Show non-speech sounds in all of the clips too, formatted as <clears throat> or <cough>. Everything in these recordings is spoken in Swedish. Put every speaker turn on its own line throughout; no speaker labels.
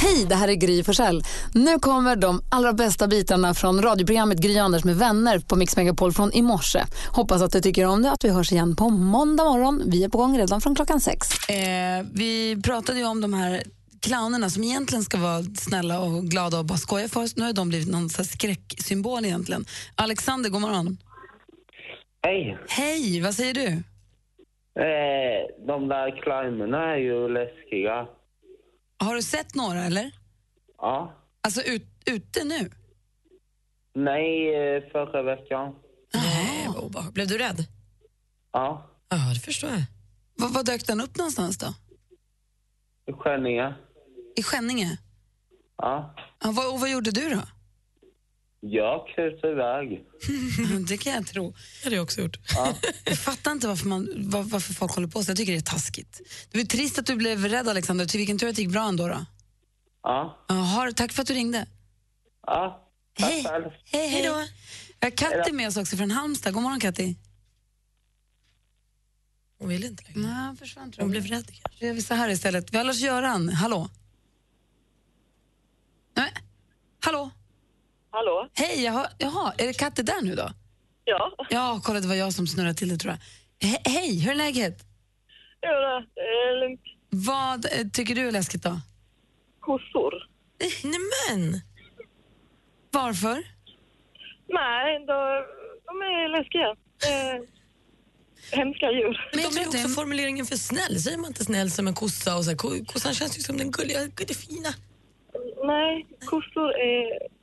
Hej, det här är Gry Forssell. Nu kommer de allra bästa bitarna från radioprogrammet Gry Anders med vänner på Mix Megapol från i morse. Hoppas att du tycker om det att vi hörs igen på måndag morgon. Vi är på gång redan från klockan sex.
Eh, vi pratade ju om de här clownerna som egentligen ska vara snälla och glada och bara skoja för oss. Nu har de blivit någon så här skräcksymbol egentligen. Alexander, god morgon.
Hej!
Hej, vad säger du?
Eh, de där clownerna är ju läskiga.
Har du sett några eller?
Ja.
Alltså ut, ute nu?
Nej, eh, förra veckan.
Eh,
Nej, vad obehagligt. Blev du rädd?
Ja.
Ja, det förstår jag.
Var, var dök den upp någonstans då?
Skänninge.
I Skänninge?
Ja.
Ja, vad, och vad gjorde du då? <laughs>
Jag kröt iväg.
det kan jag tro.
Det hade jag också gjort.
Ja.
<laughs>
Jag fattar inte varför, man, var, varför folk håller på så. Jag tycker det är taskigt. Det var ju trist att du blev rädd Alexander. Till vilken tur att det gick bra ändå. Då.
Ja.
Jaha, tack för att du ringde.
Ja.
Hej.
Tack själv.
Hej, hej då. Vi har Katti med oss också från Halmstad. God morgon Katti.
Hon ville inte längre.
Nej, han försvann tror
Hon
jag.
blev rädd kanske.
Då gör vi så här istället. Vi har Lars-Göran. Hallå? Nej. men- Hallå?
Hallå?
Hej, jag hör, jaha, är det Katti där nu då?
Ja,
Ja, kolla det var jag som snurrade till det tror jag. He hej, hur är läget?
jo då, det är lugnt.
Vad eh, tycker du är läskigt då?
Kossor.
Nej men!
Varför?
Nej, de, de är läskiga. Eh, hemska djur.
Men jag
de
tror
är
att
också
det är en-
formuleringen för snäll. Säger man inte snäll som en kossa och så här, ko- kossan känns ju som den gulliga, gullefina.
Nej, kossor är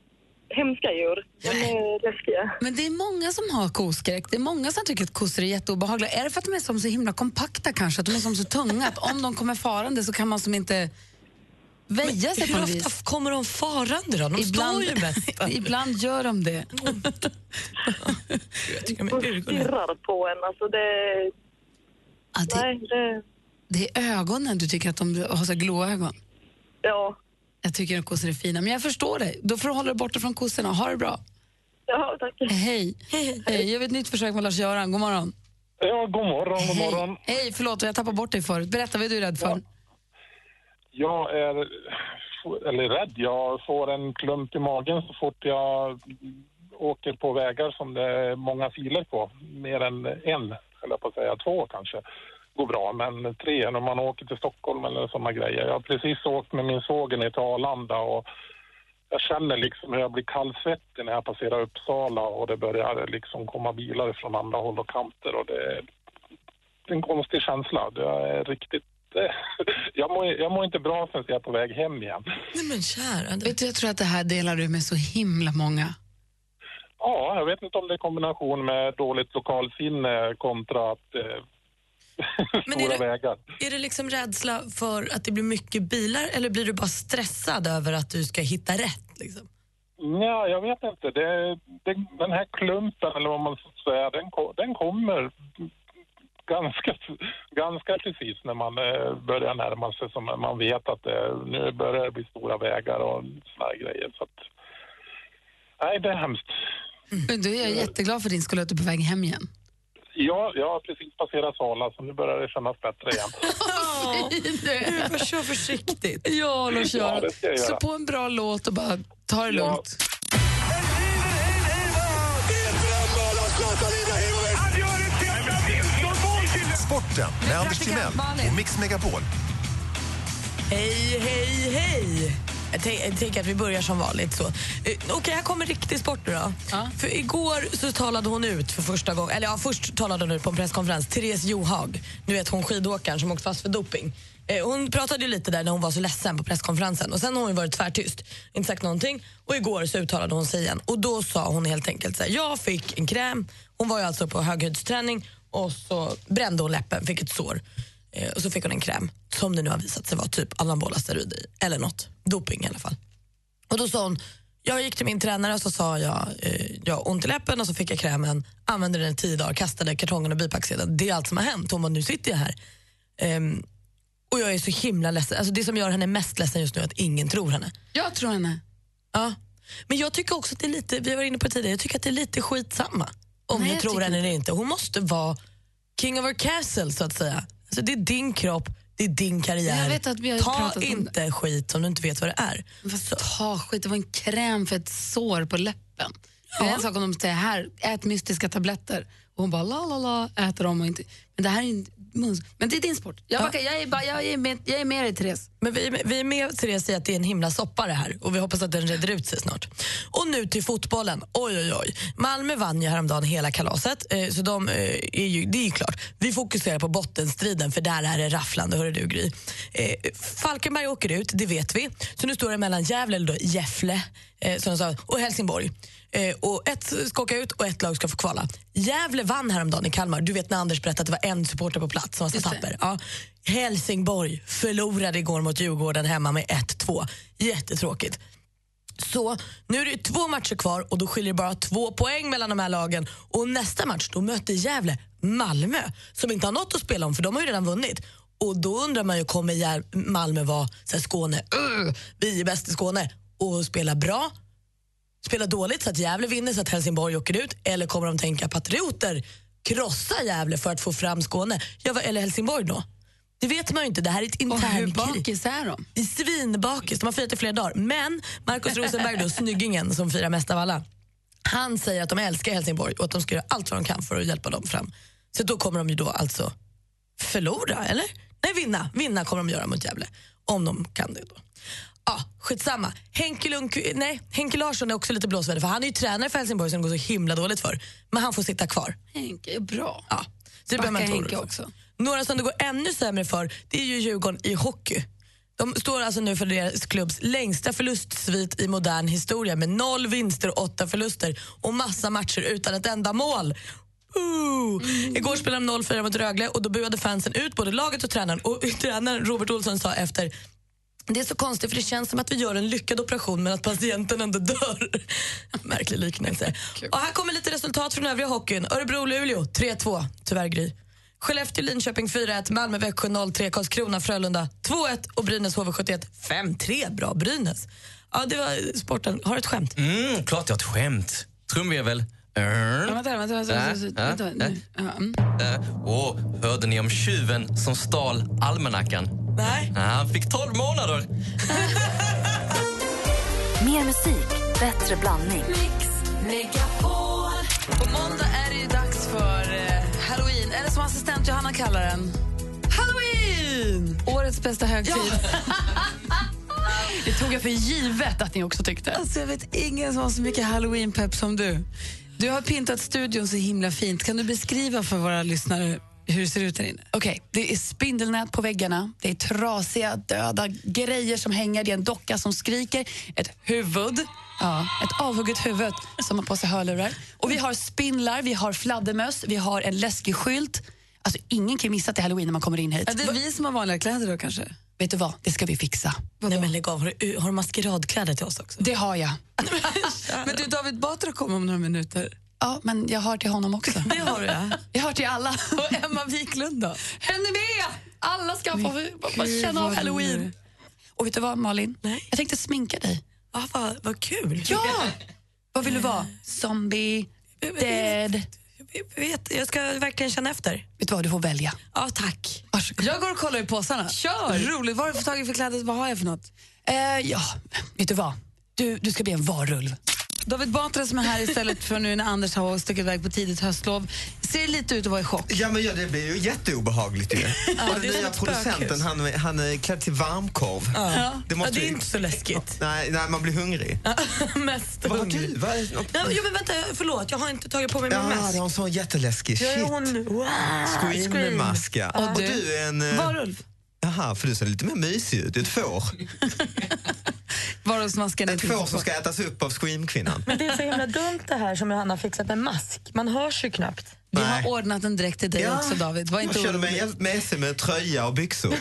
hemska djur. De är läskiga.
Men det är många som har koskräck. Det är många som tycker att kossor är jätteobehagliga. Är det för att de är som så himla kompakta kanske? Att de är som så tunga? Att om de kommer farande så kan man som inte väja sig på
Hur
något
ofta
vis.
kommer de farande då? De står ju mest.
<laughs> ibland gör de det.
Jag tycker de
<laughs>
De
är urgulliga.
stirrar på en. Alltså det,
Ja, det,
nej, det,
det är ögonen du tycker att de har så här gloögon.
ja.
Jag tycker att kossor är fina, men jag förstår dig. Då får du hålla dig borta från kossorna. Ha det bra.
Ja, tack.
<laughs>
Hej. Hej. Jag gör ett nytt försök med Lars-Göran. God morgon.
Ja, god morgon, god morgon.
Hej. Hej, förlåt, jag tappade bort dig förut. Berätta, vad är du rädd för?
Jag är, eller rädd, jag får en klump i magen så fort jag åker på vägar som det är många filer på. Mer än en, höll jag på att säga, två kanske går bra, men tre när man åker till Stockholm eller sådana grejer. Jag har precis åkt med min svåger ner till Arlanda och jag känner liksom hur jag blir kallsvettig när jag passerar Uppsala och det börjar liksom komma bilar från andra håll och kanter och det är en konstig känsla. Det är riktigt... Jag mår, jag mår inte bra förrän jag är på väg hem igen.
Nej men kära du.
Vet du, jag tror att det här delar du med så himla många.
Ja, jag vet inte om det är kombination med dåligt lokalsinne kontra att, eh,
<laughs> Men
stora
är det-
vägar.
Är det liksom rädsla för att det blir mycket bilar eller blir du bara stressad över att du ska hitta rätt? Liksom?
Ja, jag vet inte. Det, det, den här klumpen, eller vad man ska säga, den, ko- den kommer ganska, ganska precis när man eh, börjar närma sig. Som man vet att det, nu börjar det bli stora vägar och såna här grejer. Så att, nej, det är hemskt.
Men du, jag är jätteglad för din skull att du är på väg hem igen.
Ja, jag har precis passerat Sala, så nu börjar det kännas bättre igen.
Du bara kör försiktigt.
Ja,
Ja,
Lars-Göran.
det ska jag
Så
göra.
på en bra låt och bara ta
Ja.
det lugnt.
Sporten med Anders Timell och Mix Megapol.
Hej, hej, hej! Jag tänk- Jag tänker att vi börjar som vanligt. så. Eh, Okej, här kommer riktig sport nu då.
Ja.
För igår så talade hon ut för första gången, eller ja, först talade hon ut på en presskonferens, Therese Johaug, nu vet hon skidåkaren som åkt fast för doping. Eh, Hon pratade ju lite där när hon var så ledsen på presskonferensen och sen har hon ju varit tvärtyst, inte sagt någonting och igår så uttalade hon sig igen och då sa hon helt enkelt så här, jag fick en kräm, hon var ju alltså på höghöjdsträning och så brände hon läppen, fick ett sår. Eh, Och så fick hon en kräm som det nu har visat sig vara typ anabola steroider i, eller något. Doping i alla fall. Och då sa hon, jag gick till min tränare och så sa jag, eh, jag har ont i läppen och så fick jag krämen, använde den i tio dagar, kastade kartongen och bipacksedeln. Det är allt som har hänt. Hon bara, nu sitter jag här. Ehm, och jag är så himla ledsen. Alltså det som gör henne mest ledsen just nu är att ingen tror henne.
Jag tror henne.
Ja. Men jag tycker också att det är lite, vi var inne på det tidigare, jag tycker att det är lite skitsamma om
Nej,
ni
jag
tror
tycker
henne eller inte. Hon måste vara king of her castle så att säga. Alltså det är din kropp, Det är din karriär.
Jag vet att vi har ju
Ta
pratat om
inte skit som du inte vet vad det är.
Fast ta skit, det var en kräm för ett sår på läppen. Det är en sak om de säger här, ät mystiska tabletter. Och hon bara la la la, äter dem och inte. Men det här är ju en mun... Men det är din sport. Jag, backar, jag, är, bara, jag, är, med, jag är med dig Therese.
Men vi, vi är med Therese i att det är en himla soppa det här och vi hoppas att den reder ut sig snart. Och nu till fotbollen. Oj, oj, oj. Malmö vann ju häromdagen hela kalaset, eh, så de, eh, är ju, det är ju klart. Vi fokuserar på bottenstriden för där är det rafflande, hörru du Gry. Eh, Falkenberg åker ut, det vet vi. Så nu står det mellan Gävle, eller då Gäffle, eh, som de sa, och Helsingborg. Eh, och ett ska åka ut och ett lag ska få kvala. Gävle vann häromdagen i Kalmar. Du vet när Anders berättade att det var en supporter på plats som var så
Just det.
tapper. Ja. Helsingborg förlorade igår mot Djurgården hemma med 1-2. Jättetråkigt. Så nu är det två matcher kvar och då skiljer det bara två poäng mellan de här lagen. Och nästa match då möter Gävle Malmö som inte har något att spela om för de har ju redan vunnit. Och då undrar man ju, kommer Gär- Malmö vara så här, Skåne, "Ugh, vi är bäst i Skåne och spela bra? Spela dåligt så att Gävle vinner så att Helsingborg åker ut? Eller kommer de tänka patrioter, krossa Gävle för att få fram Skåne? Ja, vad- eller Helsingborg då? Det vet man ju inte, det här är ett
Och hur
internt
bakis är de?
i svinbakis. De har firat i flera dagar. Men Markus Rosenberg, då, snyggingen som firar mest av alla, han säger att de älskar Helsingborg och att de ska göra allt vad de kan för att hjälpa dem fram. Så då kommer de ju då alltså förlora, eller? Nej, vinna. Vinna kommer de göra mot Gävle. Om de kan det då. Ja, skitsamma. Henke, Lundqv- nej, Henke Larsson är också lite blåsväder för han är ju tränare för Helsingborg som det går så himla dåligt för. Men han får sitta kvar.
Henke är bra.
Ja, det
Backa
behöver man inte
Henke
oroa sig
också.
för. Några som det går ännu sämre för det är ju Djurgården i hockey. De står alltså nu för deras klubbs längsta förlustsvit i modern historia med noll vinster och åtta förluster och massa matcher utan ett enda mål. Ooh.
Mm.
Igår spelade de 0-4 mot Rögle och då buade fansen ut både laget och tränaren. Och <laughs> tränaren Robert Olsson sa efter det är så konstigt för det känns som att vi gör en lyckad operation men att patienten ändå dör. <laughs> Märklig liknelse. Och här kommer lite resultat från övriga hockeyn. Örebro-Luleå 3-2, tyvärr Gry. Skellefteå-Linköping 4-1, Malmö-Växjö 0-3, Karlskrona-Frölunda 2-1 och Brynäs HV71 5-3. Bra Brynäs. Ja, det var sporten. Har du ett skämt?
Mm, klart jag har ett skämt. Trumvirvel.
Ja,
Örn.
Vänta, vänta, vänta. vänta,
Äh,
vänta, vänta,
äh,
nu. Ja, mm.
Äh, åh, hörde ni om tjuven som stal almanackan?
Nej.
Ah, Han fick 12 månader.
Mer musik, bättre blandning.
På måndag är det ju dags för eh, halloween, eller som assistent Johanna kallar den, halloween! Årets bästa högtid. <laughs>
Det tog jag för givet att ni också tyckte.
Alltså, jag vet ingen som har så mycket halloween-pepp som du. Du har pyntat studion så himla fint. Kan du beskriva för våra lyssnare hur det ser ut där inne?
Okej, det är spindelnät på väggarna, det är trasiga döda grejer som hänger, det är en docka som skriker, ett huvud, ja, ett avhugget huvud som har på sig hörlurar. Och vi har spindlar, vi har fladdermöss, vi har en läskig skylt. Alltså ingen kan missa att det är halloween när man kommer in hit.
Ja, det är vi som har vanliga kläder då kanske?
Vet du vad, det ska vi fixa.
Nej men lägg av, har du, har du maskeradkläder till oss också?
Det har jag.
<laughs> Men du, David Batra kommer om några minuter.
Ja, men jag har till honom också.
Det har du ja.
Jag har till alla.
Och Emma Wiklund då?
Henne med! Alla ska få, få, få
gud,
känna av
vad roligt.
halloween. Och vet du vad, Malin?
Nej.
Jag tänkte sminka dig.
Ah, vad, vad kul.
Ja! vad vill du vara? Zombie, dead. Vet
Jag, vet, jag ska verkligen känna efter.
du vad, du får välja.
Ja, tack.
Varsågod.
Jag går och kollar i påsarna.
Kör!
Roligt. Vad har du fått tag i för kläder? Vad har jag för något?
Eh, ja, vet du vad? Du, du ska bli en varulv.
David Batra som är här istället för nu när Anders har stuckit iväg på tidigt höstlov ser lite ut att vara i chock.
Ja, men ja, det blir ju
<laughs>
jätteobehagligt ju. och
det
den
är som
nya
ett
producenten,
spökhus.
han, är- han är klädd till varmkorv. Det
Ja,
måste
det är
ju-
inte så läskigt.
Nej, nej, man blir hungrig.
<laughs>
Mest
Vad har du? Vad är-
Ja, jo, men vänta, förlåt. Jag har inte tagit på mig min
Ja,
mask.
du har en sån jätteläskig.
Jag är
Shit.
hon... Wow.
Scream-mask, ja. Och
du?
du är en... eh,
Varulv.
Jaha, för du ser lite mer mysig ut. Du är ett får.
Varulvsmasken är
Ett
till
får
för
som ska ätas upp av Scream-kvinnan.
Det är så himla dumt det här som Johanna har fixat med mask. Man hörs ju knappt.
Vi
Nej.
har ordnat en dräkt till dig också David. Var inte
jag körde
orolig.
mig med sig med tröja och <laughs> byxor.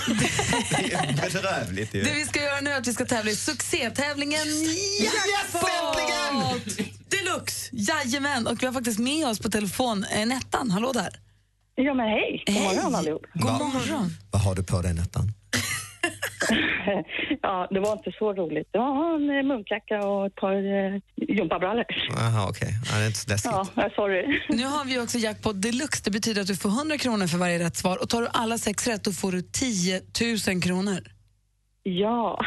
det är bedrövligt ju.
Det vi ska göra nu är att vi ska tävla i succétävlingen
Yes, äntligen!
Deluxe! Jajamän, och vi har faktiskt med oss på telefon eh, Nettan. Hallå där!
Ja, men hej. God morgon allihop.
God morgon!
Vad har du på dig, Nettan?
Ja, det var inte så roligt. Det var en eh, munklacka och ett par eh, gympabrallor.
Jaha, okej. Ja, det är inte så läskigt.
Ja, jag- sorry.
Nu har vi också jackpot deluxe. Det betyder att du får 100 kronor för varje rätt svar. Och tar du alla sex rätt, då får du 10 000 kronor.
Ja.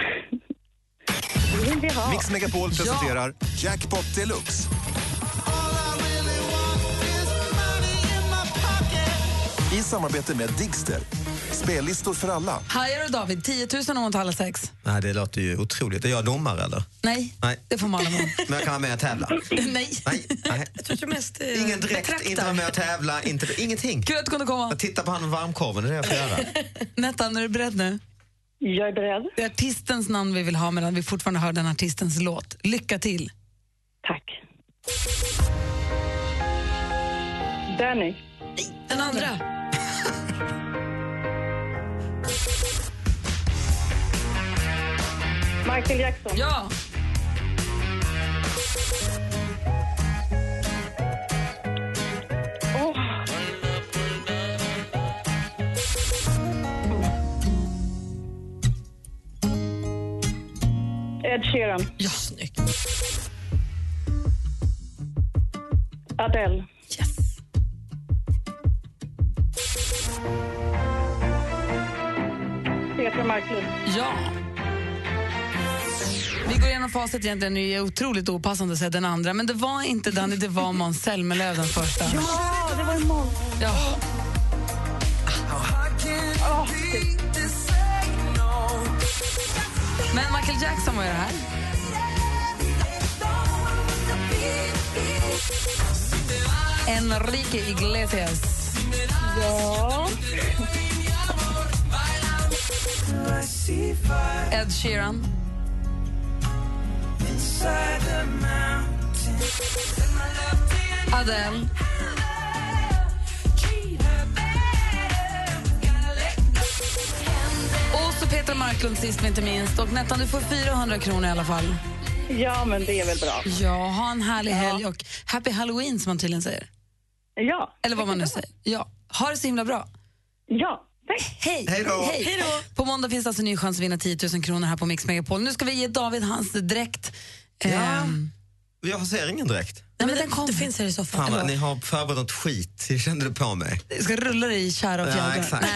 Mix Megapol presenterar Jackpot Deluxe. I samarbete med Digster. Spellistor för alla.
Hajar du David? 10 000 om man tar alla sex?
Nej, det låter ju otroligt. Är jag domare eller?
Nej,
Nej.
det får
<laughs>
Malin vara.
Men jag kan vara med och tävla?
Nej.
Nej. <laughs> nej.
mest,
Ingen direkt, inte vara med och tävla, inte, ingenting.
Kul att du kunde komma.
Titta på han med varmkorven, det är det jag får göra.
Nettan, är du beredd nu?
Jag är beredd.
Det är artistens namn vi vill ha medan vi fortfarande hör den artistens låt. Lycka till!
Danny.
Den andra.
Michael Jackson.
Ja.
Åh. Ed Sheeran.
Ja, snyggt.
Adele.
Yes.
Petra Marklund.
Ja. Vi går igenom facit egentligen. Det är otroligt opassande att säga den andra. Men det var inte Danny, det var Måns Zelmerlöw den första.
Ja, det var imorgon.
Ja.
Åh, shit.
Men Michael Jackson var ju det här. Enrique Iglesias.
Ja.
Ed Sheeran. Adele. Och så Petra Marklund sist men inte minst. Och Nettan, du får 400 kronor i alla fall.
ja, men det är väl bra.
Ja, ha en härlig helg och happy halloween som man tydligen säger.
Ja.
Eller vad man nu säger. Ja. Ha det så himla bra.
Ja.
Hej!
Hej då.
Hej då! På måndag finns det alltså en ny chans att vinna 10 000 kronor här på Mix Megapol. Nu ska vi ge David hans dräkt.
Ja.
Ehm,
Jag ser ingen direkt.
Nej, men den kom. Det finns här i
Fan, vad, ni har förberett något skit, det kände du på mig.
Jag ska rulla dig i tjära och
Ja,
fjädrar.
exakt.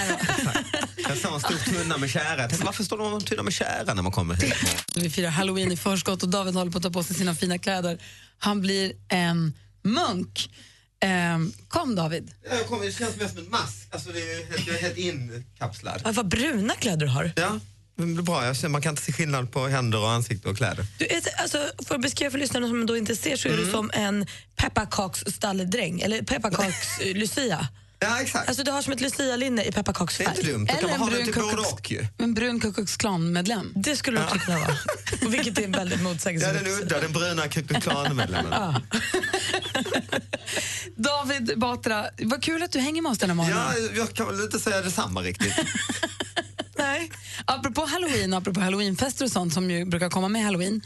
Jag sa en stor tunna med tjära. Jag tänkte, Varför står de med en tunna med tjära när man kommer hit?
<laughs> Vi firar halloween i förskott och David håller på att ta på sig sina fina kläder. Han blir en munk. Ehm, kom David.
Jag kommer, det känns mer som en mask. Alltså, det är helt, jag är helt inkapslad.
Ja, vad bruna kläder du har.
Ja, men det är bra. Jag känner, man kan inte se skillnad på händer och ansikte och kläder.
Du är, alltså, för att beskriva för lyssnarna som då inte ser så är du som en pepparkaksstallerdräng, eller pepparkaks-lucia. <laughs>
Ja, exakt.
Alltså, du har som ett lucia-linne i pepparkaksfärg.
Det är inte dumt. Då kan man ha det till både och ju.
En brun Ku Klux Klan-medlem.
Det skulle du också kunna vara. Och Vilket är väldigt
<laughs> Ja,
motsägelsefullt.
den udda, den bruna Ku Klux Klan-medlemmen.
Ja.
David Batra, vad kul att du hänger med oss den här morgonen.
Ja, jag kan väl inte säga detsamma riktigt.
Nej. Apropå halloween, apropå halloweenfester och sånt som ju brukar komma med halloween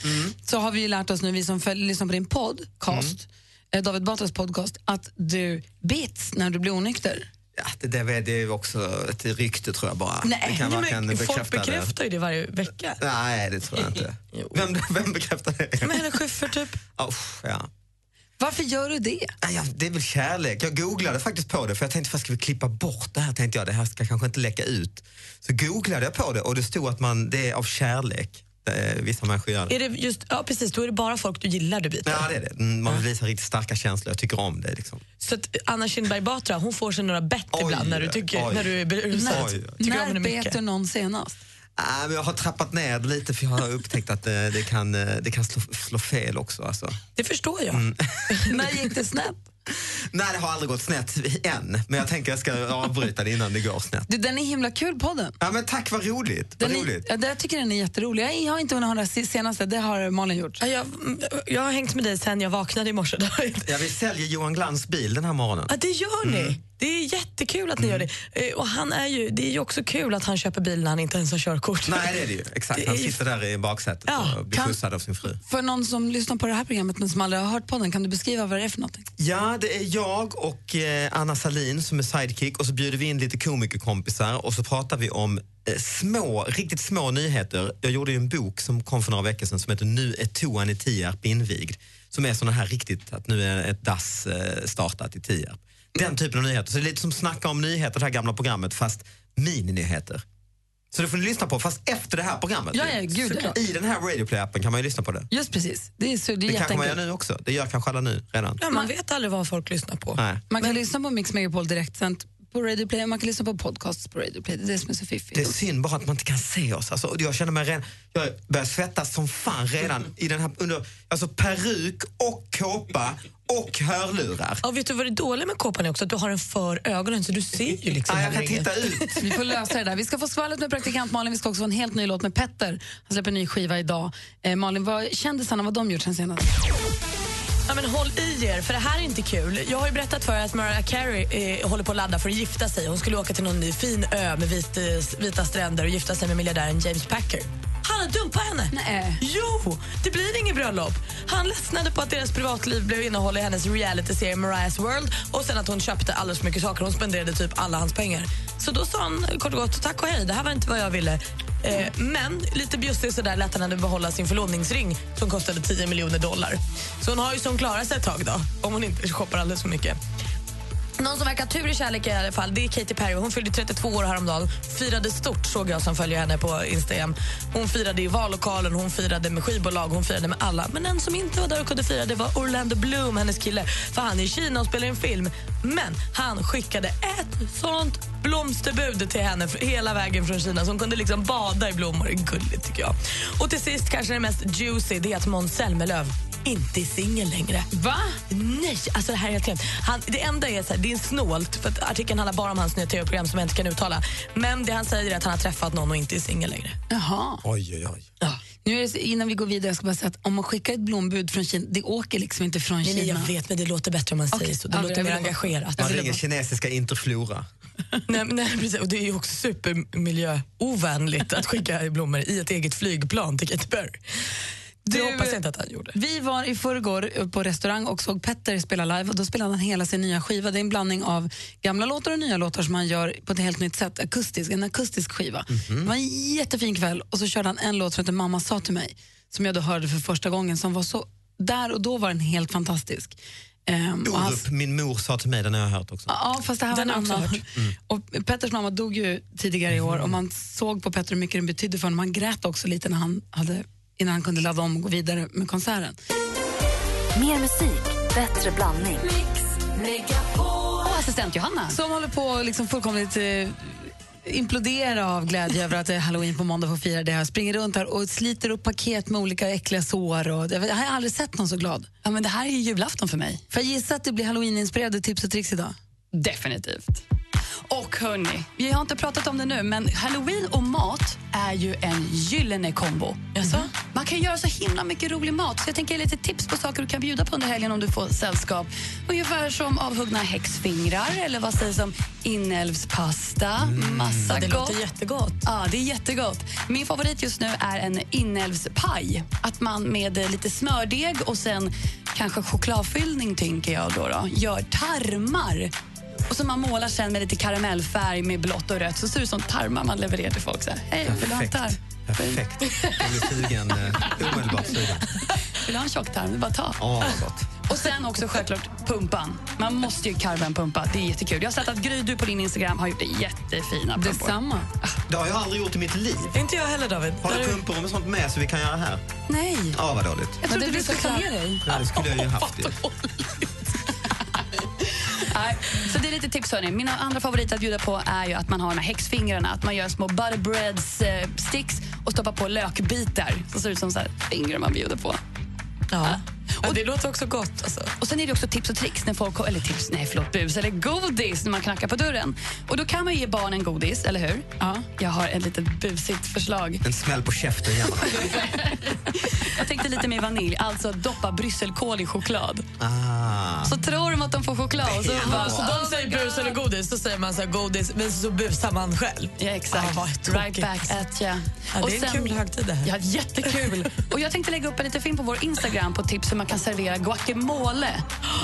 så har vi ju lärt oss nu, vi som följer, lyssnar på din podcast, eh, David Batras podcast, att du bits när du blir onykter.
Ja, det där är- det är ju också ett rykte tror jag bara.
Nej,
det kan
Ja,
varken
men folk
bekräfta det.
bekräftar ju det varje vecka.
Nej, det tror jag inte. Vem, vem bekräftar det?
Men hela Schyffert typ.
Uff, ja.
Varför gör du det?
Ja, ja, det är väl kärlek. Jag googlade faktiskt på det för jag tänkte att jag skulle klippa bort det här. Tänkte jag, det här ska kanske inte läcka ut. Så googlade jag på det och det stod att man, det är av kärlek. eh, Vissa människor gör det.
Är det just, ja precis, då är det bara folk du gillar du byter.
Ja, det är det. Mm, Man vill visa riktigt starka känslor. Jag tycker om det. Liksom.
Så att Anna Kinberg Batra hon får sig några bett ibland när du, tycker,
oj.
när du är berusad.
Oj.
Tycker om
när
henne
bet
mycket.
du
<laughs>
någon senast?
Nej, Ah, men jag har trappat ner det lite för jag har upptäckt att eh, det kan, eh, det kan slå, slå fel också. Alltså.
Det förstår jag.
när gick det snett?
Nej, det har aldrig gått snett än. Men jag tänker jag ska avbryta det innan det går snett.
Du, den är himla kul podden.
Ja, men tack, vad roligt. Vad
Den är,
roligt.
ja, det- jag tycker den är jätterolig. Jag har inte hunnit höra si- senaste, det har Malin gjort.
Ja, jag, jag har hängt med dig sen jag vaknade i morse. David.
Ja, vi säljer Johan Glans bil den här morgonen.
Ja, det gör ni. Det är jättekul att ni
Mm.
gör det. Eh, Och han är ju, det är ju också kul att han köper bil när han inte ens har körkort.
Nej, det är det ju. Exakt.
Det är
han
ju-
sitter där i baksätet
Ja,
och blir
kan-
skjutsad av sin fru.
För någon som lyssnar på det här programmet men som aldrig har hört podden, kan du beskriva vad det är för någonting?
Ja, det är jag och eh, Anna Salin som är sidekick och så bjuder vi in lite komikerkompisar och så pratar vi om eh, små, riktigt små nyheter. Jag gjorde ju en bok som kom för några veckor sedan som heter Nu är toan i Tierp invigd. Som är såna här riktigt, att nu är ett dass eh, startat i Tierp. Den typen av nyheter. Så det är lite som Snacka om nyheter, det här gamla programmet, fast mininyheter. Så det får ni lyssna på, fast efter det här programmet.
Ja, ja, gud,
Så-
ja.
I den här radioplay-appen kan man ju lyssna på det.
Just precis. Det är, så, det är
Det kanske man gör
jätteenkelt.
nu också. Det gör kanske alla nu redan.
Ja, <laughs> man vet aldrig vad folk lyssnar på.
Nej.
Man kan lyssna på Mix Megapol direkt på Radio Play och man kan lyssna på podcasts på Radio Play. Det är det som är så fiffigt.
Det är synd bara att man inte kan se oss. Alltså, Och jag känner mig redan, jag börjar svettas som fan
Mm.
redan i den här, under, alltså peruk och kåpa och hörlurar.
Ja, vet du vad det dåliga med kåpan är också? Att du har den för ögonen så du ser ju liksom.
Ja, jag kan
heller
titta
inget.
ut.
Vi får lösa det där. Vi ska få skvallret med praktikant Malin. Vi ska också få en helt ny låt med Petter. Han släpper en ny skiva idag. Eh, Malin, vad kändisarna, vad de gjort sen senast?
Ja, men håll i er, för det här är inte kul. Jag har ju berättat för er att Mariah Carey eh, håller på att ladda för att gifta sig. Hon skulle åka till någon ny fin ö med vit, eh, vita stränder och gifta sig med miljardären James Packer. Han har dumpat henne!
Nej.
Jo! Det blir inget bröllop. Han ledsnade på att deras privatliv blev innehåll i hennes realityserie Mariah's World och sen att hon köpte alldeles för mycket saker. Hon spenderade typ alla hans pengar. Så då sa han kort och gott tack och hej, det här var inte vad jag ville. Eh, men lite bjussig sådär lät han henne behålla sin förlovningsring som kostade 10 miljoner dollar. Så hon har ju som klarat sig ett tag då, om hon inte shoppar alldeles för mycket. Någon som verkar ha tur i kärlek i alla fall, det är Katy Perry. Hon fyllde 32 år häromdagen. Firade stort, såg jag som följer henne på Instagram. Hon firade i vallokalen, hon firade med skivbolag, hon firade med alla. Men en som inte var där och kunde fira det var Orlando Bloom, hennes kille. För han är i Kina och spelar en film. Men han skickade ett sånt blomsterbud till henne fr- hela vägen från Kina så hon kunde liksom bada i blommor. Det är Gulligt tycker jag. Och till sist, kanske det mest juicy, det är att Måns Zelmerlöw inte är singel längre.
Va?
Nej, alltså det här är helt grymt. Han, det enda är så här, det är snålt, för att artikeln handlar bara om hans nya tv-program som jag inte kan uttala. Men det han säger är att han har träffat någon och inte är singel längre.
Jaha.
Oj, oj, oj.
Nu är det, så- innan vi går vidare, jag ska bara säga att om man skickar ett blombud från Kina, det åker liksom inte från
Nej,
Kina.
nej, jag vet, men det låter bättre om man säger så. Det
ja, jag
låter mer
vill bara-
engagerat.
Man ringer kinesiska Interflora.
nej, nej, precis. Och det är ju också supermiljöovänligt att skicka blommor i ett eget flygplan till Katy Perry. Det
Du-
hoppas jag inte att han gjorde.
Vi var i förrgår på restaurang och såg Petter spela live och då spelade han hela sin nya skiva. Det är en blandning av gamla låtar och nya låtar som han gör på ett helt nytt sätt, akustisk, en akustisk skiva. Det var en jättefin kväll och så körde han en låt som heter Mamma sa till mig som jag då hörde för första gången som var så, där och då var den helt fantastisk. Ehm, och han-
Alltså.
Orup, min mor sa till mig, den har jag hört också.
Ja, fast det här var
Den
en
har jag också Mm. Mhm.
annan. Och Petters mamma dog ju tidigare i år och man såg på Petter hur mycket den betydde för honom. Han grät också lite när han hade, innan han kunde ladda om och gå vidare med konserten.
Mer musik, bättre blandning.
Och assistent Johanna. Som håller på att liksom fullkomligt eh, implodera av glädje över att det är halloween på måndag och får fira det här. Springer runt här och sliter upp paket med olika äckliga sår. Och, jag, vet- jag har aldrig sett någon så glad.
Ja, men det här är ju julafton för mig.
Får jag gissa att det blir halloween-inspirerade tips och tricks idag?
Definitivt. Och hörni, vi har inte pratat om det nu, men halloween och mat är ju en gyllene kombo.
Mhm.
Mm. Man kan göra så himla mycket rolig mat, så jag tänker ge lite tips på saker du kan bjuda på under helgen om du får sällskap. Ungefär som avhuggna häxfingrar eller vad sägs om inälvspasta. Massa
Mm. Ja, det
gott.
låter jättegott.
Ja, det är jättegott. Min favorit just nu är en inälvspaj. Att man med eh, lite smördeg och sen kanske chokladfyllning, tänker jag då, då gör tarmar. Och så man målar sen med lite karamellfärg med blått och rött så ser det ut som tarmar man levererar till folk. Så här, Hej, vill du ha en
Perfekt.
tarm?
Perfekt.
<laughs>
Jag blir sugen, eh, omedelbart sugen.
Vill du ha en tjock tarm? Det är bara att ta.
Åh, vad gott.
Och sen också självklart pumpan. Man måste ju karvenpumpa. Det är jättekul. Jag har sett att Gry, du på din Instagram har gjort jättefina pumpor.
Detsamma.
Det har jag aldrig gjort i mitt liv.
Inte jag heller, David.
Har
Där
du
är-
pumpor och sånt med så vi kan göra här?
Nej,
Ja, vad dåligt.
jag trodde du skulle ta med dig.
Ja, det skulle jag ju haft
<laughs>
ju.
Nej, så det är lite tips hörni. Mina andra favoriter att bjuda på är ju att man har de här häxfingrarna. Att man gör små butterbreads eh, sticks och stoppar på lökbitar. Så ser det ut som så här fingrar man bjuder på.
Ja. Ja, det låter också gott. Alltså.
Och sen är det också tips och tricks när folk eller tips, nej förlåt, bus eller godis när man knackar på dörren. Och då kan man ju ge barnen godis, eller hur? Ja. Jag har ett litet busigt förslag.
En smäll på käften gärna.
Jag tänkte lite med vanilj, alltså doppa brysselkål i choklad.
Ah.
Så tror de att de får choklad. och Så,
Ja,
bara,
så
"Oh
de
my
säger
God."
bus eller godis, så säger man så här godis, men så busar man själv.
Ja, exakt.
Ah, vad
right
tråkigt.
back at ya.
Ja, det är en kul högtid det här.
Ja, jättekul. och jag tänkte lägga upp en liten film på vår Instagram på tips hur man kan servera guacamole.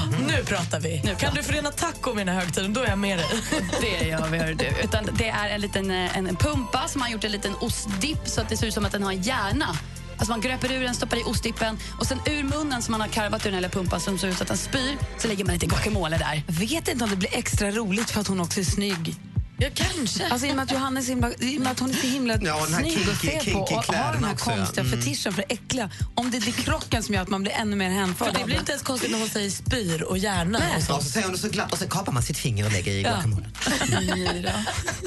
Mm. Nu pratar vi. Kan du förena taco med den här högtiden, då är jag med dig.
Det gör vi, hör du. Utan det är en liten eh, en pumpa som har gjort en liten ostdipp så att det ser ut som att den har en hjärna. Alltså man gröper ur den, stoppar i ostdippen och sen ur munnen som man har karvat ur den här pumpan som ser ut så att den spyr, så lägger man lite guacamole där.
Jag vet inte om det blir extra roligt för att hon också är snygg.
Ja, kanske.
Alltså i och med att Johanna är så himla, i och med att hon är så himla
Ja, och den här
snygg och
kinky-
fet på och har den
kinky-kläderna
här
också, ja.
konstiga
Mm.
fetischen för det äckliga. Om det är det krocken som gör att man blir ännu mer hänförd.
För det blir inte ens konstigt när hon säger spyr och hjärna.
Och
Och
så
så.
säger hon det så glatt och så kapar man sitt finger och lägger i
Ja.
guacamole.
<laughs>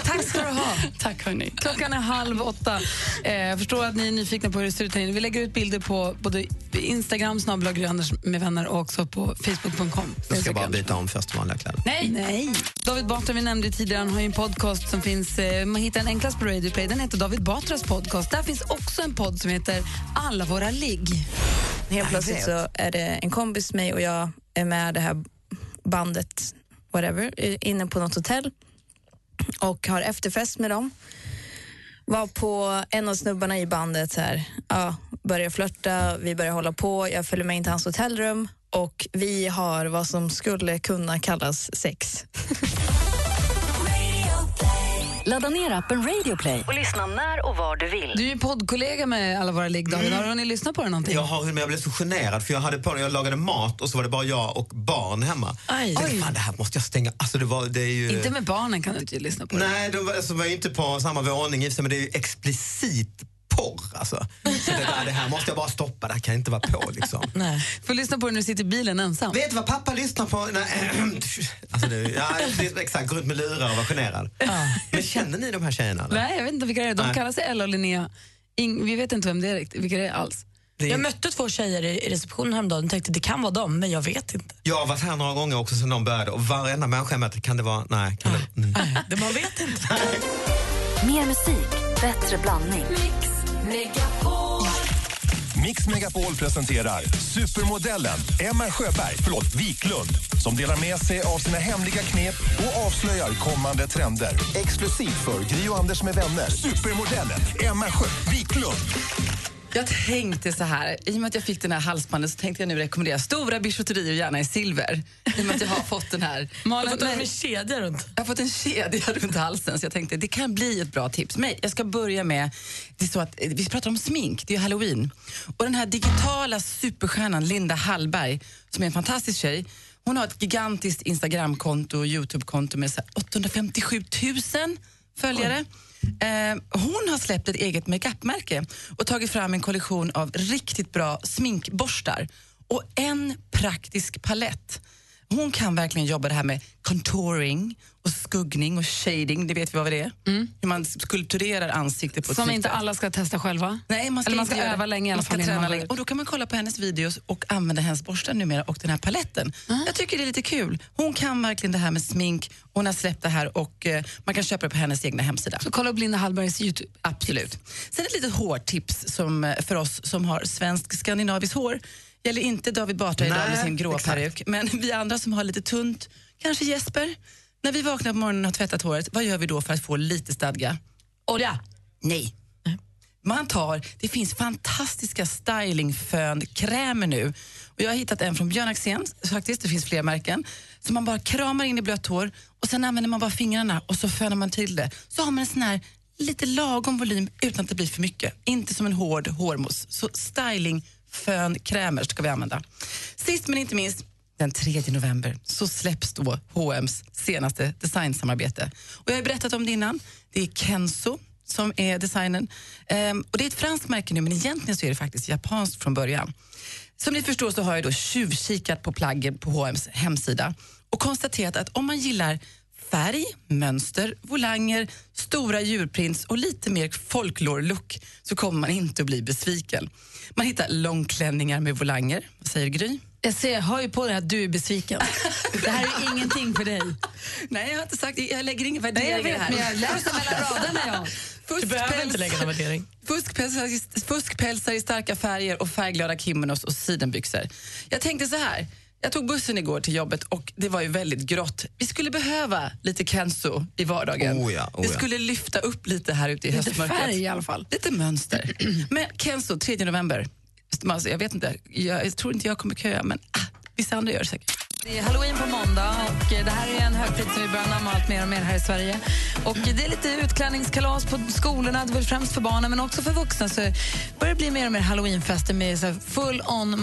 Tack ska du ha.
Tack hörni.
Klockan är halv åtta. Eh, jag förstår att ni är nyfikna på hur det ser ut här inne. Vi lägger ut bilder på både Instagram, snabbla Gry Anders med vänner och också på facebook.com.
Då ska jag bara byta om först till vanliga kläder.
Nej!
Nej. David Batra vi nämnde tidigare, han har ju en podcast som finns, eh, man hittar den enklast på Radio Play. Den heter David Batras podcast. Där finns också en podd som heter Alla våra ligg.
Helt plötsligt så är det en kompis med mig och jag är med det här bandet, whatever, eh, inne på något hotell och har efterfest med dem. Var på en av snubbarna i bandet så här, ja, börjar flörta, vi börjar hålla på, jag följer med in till hans hotellrum och vi har vad som skulle kunna kallas sex.
Ladda ner appen Radio Play och lyssna när och var du vill.
Du är ju poddkollega med Alla våra ligg,
Mm.
David. Har du hunnit lyssna på det någonting?
Jag, har, men jag blev så generad för jag hade på jag lagade mat och så var det bara jag och barn hemma.
Aj.
Jag tänkte,
Oj.
fan det här måste jag stänga. Alltså det var, det är ju...
Inte med barnen kan du inte lyssna på det.
Nej, de var, alltså, var ju inte på samma våning i och för sig, men det är ju explicit porr alltså. Så det, där, det här måste jag bara stoppa, det här kan inte vara på liksom.
<laughs> Nej. Får lyssna på det när du sitter i bilen ensam.
Vet du vad pappa lyssnar på? Nej, <clears throat> alltså, det, ja, det- exakt, gå ut med lurar och vara generad. Men känner ni de här tjejerna? eller?
Nej, jag vet inte vilka det är. De
Nej.
kallar sig Ella och Linnea. Ing- vi vet inte vem det är riktigt, vilka det är alls.
Jag mötte två tjejer i i receptionen häromdagen och tänkte det kan vara dem, men jag vet inte.
Jag har varit här några gånger också sedan de började och varenda människa jag möter, kan det vara, nej, kan det, mm.
Ah,
Det <laughs> man vet inte.
Mer musik, bättre blandning.
Mix Megapol presenterar supermodellen Emma Sjöberg, förlåt, Wiklund som delar med sig av sina hemliga knep och avslöjar kommande trender. Exklusivt för Gry och Anders med vänner. Supermodellen Emma Sjö Wiklund.
Jag tänkte så här, i och med att jag fick den här halsbandet så tänkte jag nu rekommendera stora bijouterier, gärna i silver. I och med att jag har fått den här.
Malin,
jag, har fått
en kedja runt.
jag har fått en kedja <laughs> runt halsen så jag tänkte det kan bli ett bra tips. Men jag ska börja med, det är så att eh, vi pratar om smink, det är ju halloween. Och den här digitala superstjärnan Linda Hallberg, som är en fantastisk tjej, hon har ett gigantiskt Instagramkonto och Youtube-konto med så här 857 000 följare. Eh, hon har släppt ett eget makeupmärke och tagit fram en kollektion av riktigt bra sminkborstar och en praktisk palett. Hon kan verkligen jobba det här med contouring och skuggning och shading, det vet vi vad det är.
Mm.
Hur man skulpturerar ansiktet på ett
Som
snyggt
inte
sätt.
alla ska testa själva.
Nej, man ska,
Eller man
inte
ska
göra det.
öva länge i alla
Man ska
fall. innan
träna
man
länge. Och då kan man kolla på hennes videos och använda hennes borstar numera och den här paletten.
Mm.
Jag tycker det är lite kul. Hon kan verkligen det här med smink. Hon har släppt det här och eh, man kan köpa det på hennes egna hemsida. Så
kolla upp Linda Hallbergs Youtube.
Absolut. Sen ett litet hårtips som, eh, för oss som har svensk skandinaviskt hår. Gäller inte David Batra idag
Nej,
med sin grå peruk, men vi andra som har lite tunt, kanske Jesper. När vi vaknar på morgonen och har tvättat håret, vad gör vi då för att få lite stadga? Olja? Nej. Man tar, det finns fantastiska stylingfönkrämer nu. Och jag har hittat en från Björn Axén, faktiskt, det finns fler märken, som man bara kramar in i blött hår och sen använder man bara fingrarna och så fönar man till det. Så har man en sån här lite lagom volym utan att det blir för mycket. Inte som en hård hårmousse. Så stylingfönkrämer ska vi använda. Sist men inte minst, den 3 november så släpps då H&M's senaste designsamarbete. Och jag har ju berättat om det innan. Det är Kenzo som är designern. Ehm, och det är ett franskt märke nu, men egentligen så är det faktiskt japanskt från början. Som ni förstår så har jag då tjuvkikat på plaggen på H&M's hemsida och konstaterat att om man gillar färg, mönster, volanger, stora djurprints och lite mer folklore-look så kommer man inte att bli besviken. Man hittar långklänningar med volanger. Vad säger Gry?
Jag ser, jag hör ju på dig att du är besviken. Det här är ingenting för dig.
Nej, jag har inte sagt Jag lägger ingen
Nej, jag
värdering i det
vet,
här.
men jag läser mellan raderna, ja.
Fuskpäls-
behöver inte lägga någon värdering.
Fuskpälsar, i- fuskpälsar i starka färger och färgglada kimonos och sidenbyxor. Jag tänkte så här. Jag tog bussen igår till jobbet och det var ju väldigt grått. Vi skulle behöva lite kenzo i vardagen.
Oh ja, oh
Det
ja.
skulle lyfta upp lite här ute i
Lite
höstmörkret.
färg i alla fall.
Lite mönster. Men kenzo, 3 november. Alltså, jag vet inte, jag, jag tror inte jag kommer köa, men ah, vissa andra gör det säkert.
Det är halloween på måndag och eh, det här är en högtid som vi börjar namna allt mer och mer här i Sverige. Och eh, det är lite utklädningskalas på skolorna, det är väl främst för barnen men också för vuxna så börjar det bli mer och mer halloweenfester med så här full-on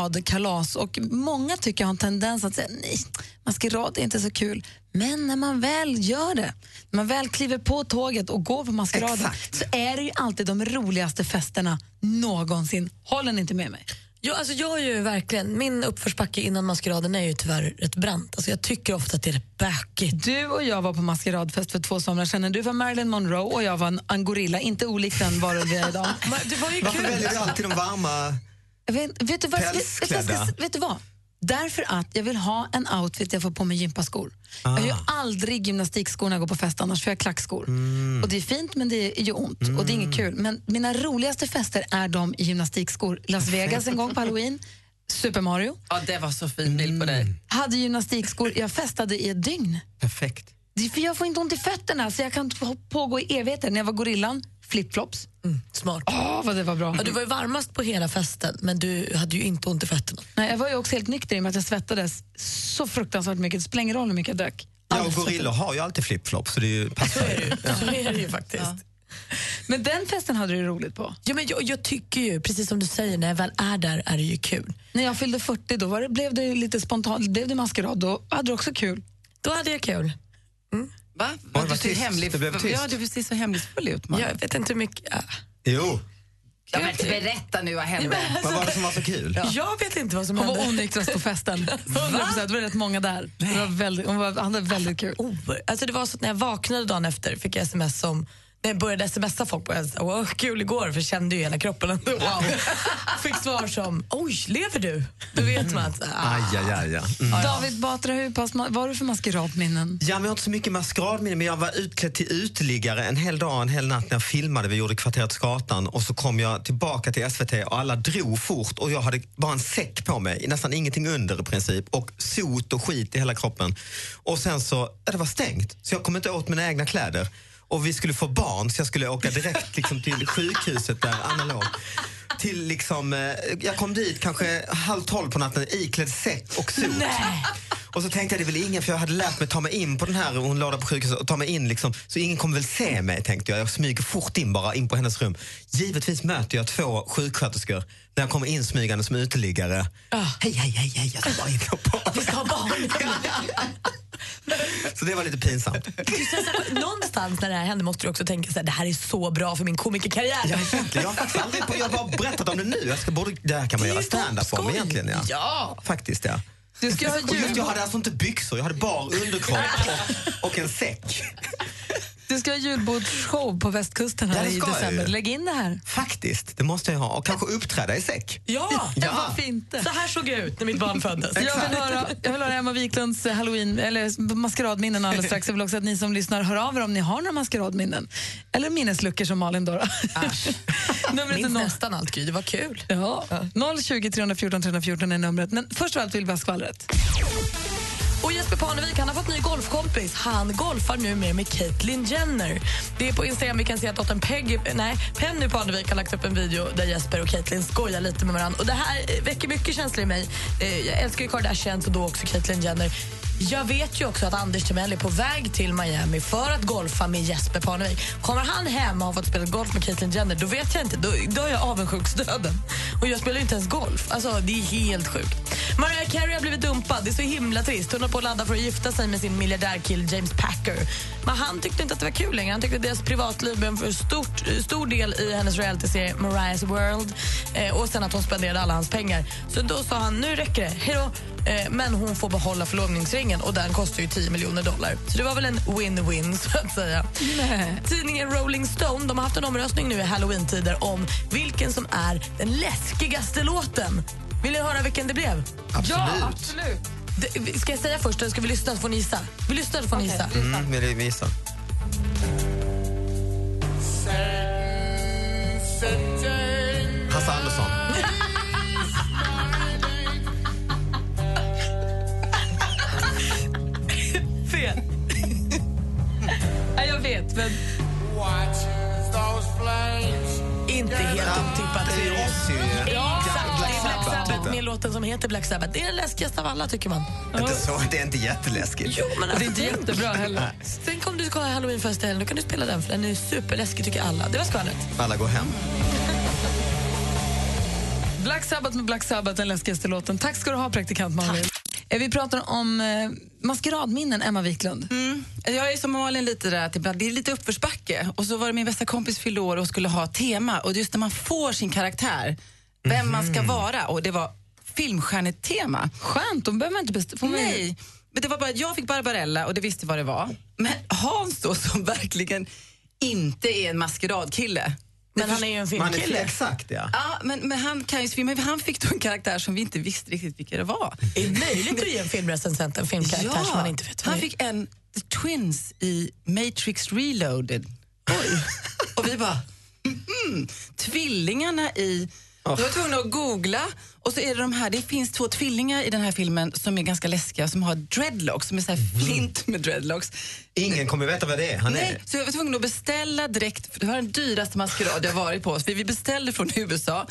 maskeradkalas och många tycker jag har en tendens att säga nej, maskerad är inte så kul. Men när man väl gör det, när man väl kliver på tåget och går på maskeraden så är det ju alltid de roligaste festerna någonsin. Håller ni inte med mig?
Ja, alltså jag är ju verkligen, min uppförsbacke innan maskeraden är ju tyvärr rätt brant. Alltså jag tycker ofta att det är rätt bökigt.
Du och jag var på maskeradfest för två somrar sedan. Du var Marilyn Monroe och jag var en, en gorilla, inte olik den varulv vi är <laughs> idag.
Det var ju
Varför väljer du alltid de varma?
Jag vet, vet, du vad, vet, vet, du vad jag ska- vet du vad? Därför att jag vill ha en outfit där jag får på mig gympaskor.
Ah.
Jag har ju aldrig gymnastikskor när jag går på fest annars för jag har klackskor. Och det är fint men det är ju ont och det är inget kul. Men mina roligaste fester är de i gymnastikskor. Las Vegas en gång på halloween, Super Mario.
Ja, det var så fin bild på
Mm.
dig.
Hade gymnastikskor, jag festade i ett dygn.
Perfekt.
Det är för jag får inte ont i fötterna så jag kan på- pågå i evigheter. När jag var gorillan, flipflops.
Mm, Smart.
Åh, vad det var bra.
Ja, du var ju varmast på hela festen men du hade ju inte ont i fötterna.
Nej, jag var ju också helt nykter i och med att jag svettades så fruktansvärt mycket. Det spelar ingen roll hur mycket jag drack.
Ja, och gorillor har ju alltid flipflops så det är ju passar ju.
Alltså. <laughs>
Ja.
Så är det ju faktiskt.
Men den festen hade du roligt på?
Ja, men jag, jag tycker ju, precis som du säger, när jag väl är där är det ju kul.
När jag fyllde 40 då var det, blev det ju lite spontant, blev det maskerad. Då hade du också kul.
Då hade jag kul.
Va?
Oj, vad tyst. Det blev tyst.
Ja, du ser så hemlighetsfull ut. Man.
Jag vet inte hur mycket... Ja.
Jo,
Ja, men berätta nu vad hände.
vad var det som var så kul?
Jag vet inte vad som
Hon
hände.
var onyktrast på festen. 100 procent. Det var rätt många där. Det var väldigt, hon var, hade väldigt kul.
oktober. Alltså det var så att när jag vaknade dagen efter fick jag sms om när jag började smsa folk och jag sa wow, kul igår för jag kände ju hela kroppen ändå. Wow. <laughs> fick svar som oj, lever du? Då vet man att ah,
Aj, aj, aj, ja. Mm.
David Batra, hur pass ma- vad har du för maskeradminnen?
Ja, men jag har inte så mycket maskeradminne, men jag var utklädd till uteliggare en hel dag, en hel natt när jag filmade. Vi gjorde Kvarteret Skatan och så kom jag tillbaka till SVT och alla drog fort och jag hade bara en säck på mig, nästan ingenting under i princip och sot och skit i hela kroppen. Och sen så, ja, det var stängt, så jag kom inte åt mina egna kläder. Och vi skulle få barn så jag skulle åka direkt liksom, till sjukhuset där, Anna låg till liksom, eh, jag kom dit kanske halv tolv på natten iklädd säck och sot. Och så tänkte jag det är väl ingen, för jag hade lärt mig att ta mig in på den här, hon låg där på sjukhuset, och ta mig in liksom, så ingen kommer väl se mig tänkte jag. Jag smyger fort in bara, in på hennes rum. Givetvis möter jag två sjuksköterskor när jag kommer insmygande som uteliggare. Hej, hej, hej, hej, jag ska bara
<laughs>
in och bara.
Ah. vi ska ha barn.
Så det var lite pinsamt.
Det känns som att Någonstans när det här händer måste du också tänka så här, det här är så bra för min komikerkarriär.
Jag, egentligen, jag har faktiskt aldrig, på- jag har bara berättat om det nu. Jag ska, borde, det här kan man
Det är
göra
ju
stand-up om
toppskoj.
egentligen. Ja.
Ja.
Faktiskt ja.
Du ska ha
Och just, jag
jul,
hade alltså inte byxor, jag hade bara underkropp och, och en säck.
du ska ha julbordsshow på västkusten
Ja,
här
det
i
ska jag
december.
ju.
Lägg in det här.
Faktiskt, det måste jag ha. Och kanske uppträda i säck.
Ja,
Ja.
Varför inte?
så här såg jag ut när mitt barn föddes.
Jag vill, höra, jag vill höra Emma Wiklunds eh, halloween, eller maskeradminnen alldeles strax. Jag vill också att ni som lyssnar hör av er om ni har några maskeradminnen. Eller minnesluckor som Malin då. <laughs> Numret är
Minns
noll-
nästan allt Gry, det var kul.
ja. 020 314 314 är numret. Men först av allt vill vi ha skvallret.
Och Jesper Parnevik han har fått ny golfkompis. Han golfar nu mer med Caitlyn Jenner. Det är på Instagram vi kan se att dottern Peggy, nej, Penny Parnevik har lagt upp en video där Jesper och Caitlyn skojar lite med varandra. Och Det här eh, väcker mycket känslor i mig. Eh, Jag älskar ju Kardashians och då också Caitlyn Jenner. Jag vet ju också att Anders Timell är på väg till Miami för att golfa med Jesper Parnevik. Kommer han hem och har fått spela golf med Caitlyn Jenner, då vet jag inte. Då, då är jag avundsjuksdöden. Och jag spelar ju inte ens golf. Alltså, det är helt sjukt. Mariah Carey har blivit dumpad. Det är så himla trist. Hon har på att ladda för att gifta sig med sin miljardärkill James Packer. Men han tyckte inte att det var kul längre. Han tyckte att deras privatliv blev en för stort, stor del i hennes realityserie Mariah's World. Eh, och sen att hon spenderade alla hans pengar. Så då sa han, nu räcker det. Hej då. Eh, men hon får behålla förlovningsringen och den kostar ju 10 miljoner dollar. Så det var väl en win-win <laughs> så att säga. Tidningen Rolling Stone de har haft en omröstning nu i halloween-tider om vilken som är den läskigaste låten. Vill ni höra vilken det blev?
Absolut.
absolut.
Det- Ska jag säga först eller ska vi lyssna så får ni gissa? Vi lyssnar så får ni gissa.
Mm, vill du visa?
<laughs>
inte.
med låten som heter Black Sabbath. Det är den läskigaste av alla, tycker man.
Inte så, det är inte jätteläskigt.
Jo, men
det
alltså, tänk- Nej. Tänk om du kollar halloweenföreställningen, då kan du spela den för den är superläskig tycker alla. Det var skvallret.
Alla går hem.
Black Sabbath med Black Sabbath, den läskigaste låten. Tack ska du ha, praktikant Malin. Eh, Vi pratar om eh, maskeradminnen, Emma Wiklund.
Mm. Jag är som Malin lite där, typ, att ibland- det är lite uppförsbacke. Och så var det min bästa kompis fyllde år och skulle ha tema. Och just när man får sin karaktär, vem man ska vara. Och det var filmstjärnetema.
Skönt, då behöver man inte bestämma. <laughs>
Nej, men det var bara, jag fick Barbarella och det visste vad det var. Men Hans då som verkligen inte är en maskeradkille.
Men han är ju en filmkille.
Exakt, ja.
Ja, men, men han kan ju filma. Han fick då en karaktär som vi inte visste riktigt vilken det var.
Är det möjligt att ge en filmrecensent en filmkaraktär
Ja,
som man inte vet vad
han
det är?
fick en The Twins i Matrix Reloaded. Oj. <laughs> och vi bara, mm, tvillingarna i... Jag var tvungen att googla. Och så är det de här, det finns två tvillingar i den här filmen som är ganska läskiga, som har dreadlocks, som är så här flint med dreadlocks.
Ingen kommer veta vad det är. Han
Nej,
är.
så jag var tvungen att beställa direkt, för det var den dyraste maskerad jag varit på. för Vi beställde från USA.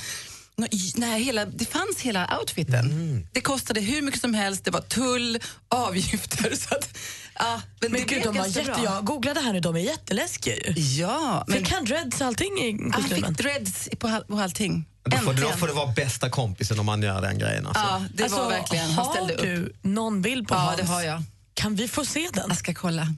Nå- j- Nej, hela, det fanns hela outfiten. Det kostade hur mycket som helst, det var tull, avgifter. Så att, ja, men
Men gud,
det blev
de var
ganska
jätte...
bra.
Jag googlade här nu, de är jätteläskiga ju.
Ja,
men... Fick han dreads och allting i
Han fick
kostymen?
dreads på, all, på allting.
Då får, då
Äntligen.
får det vara bästa kompisen om man gör den grejen. Alltså.
Ja, det var verkligen, han ställde
har du
upp.
någon bild på
Ja,
Hans?
det har jag.
Kan vi få se den?
Jag ska kolla.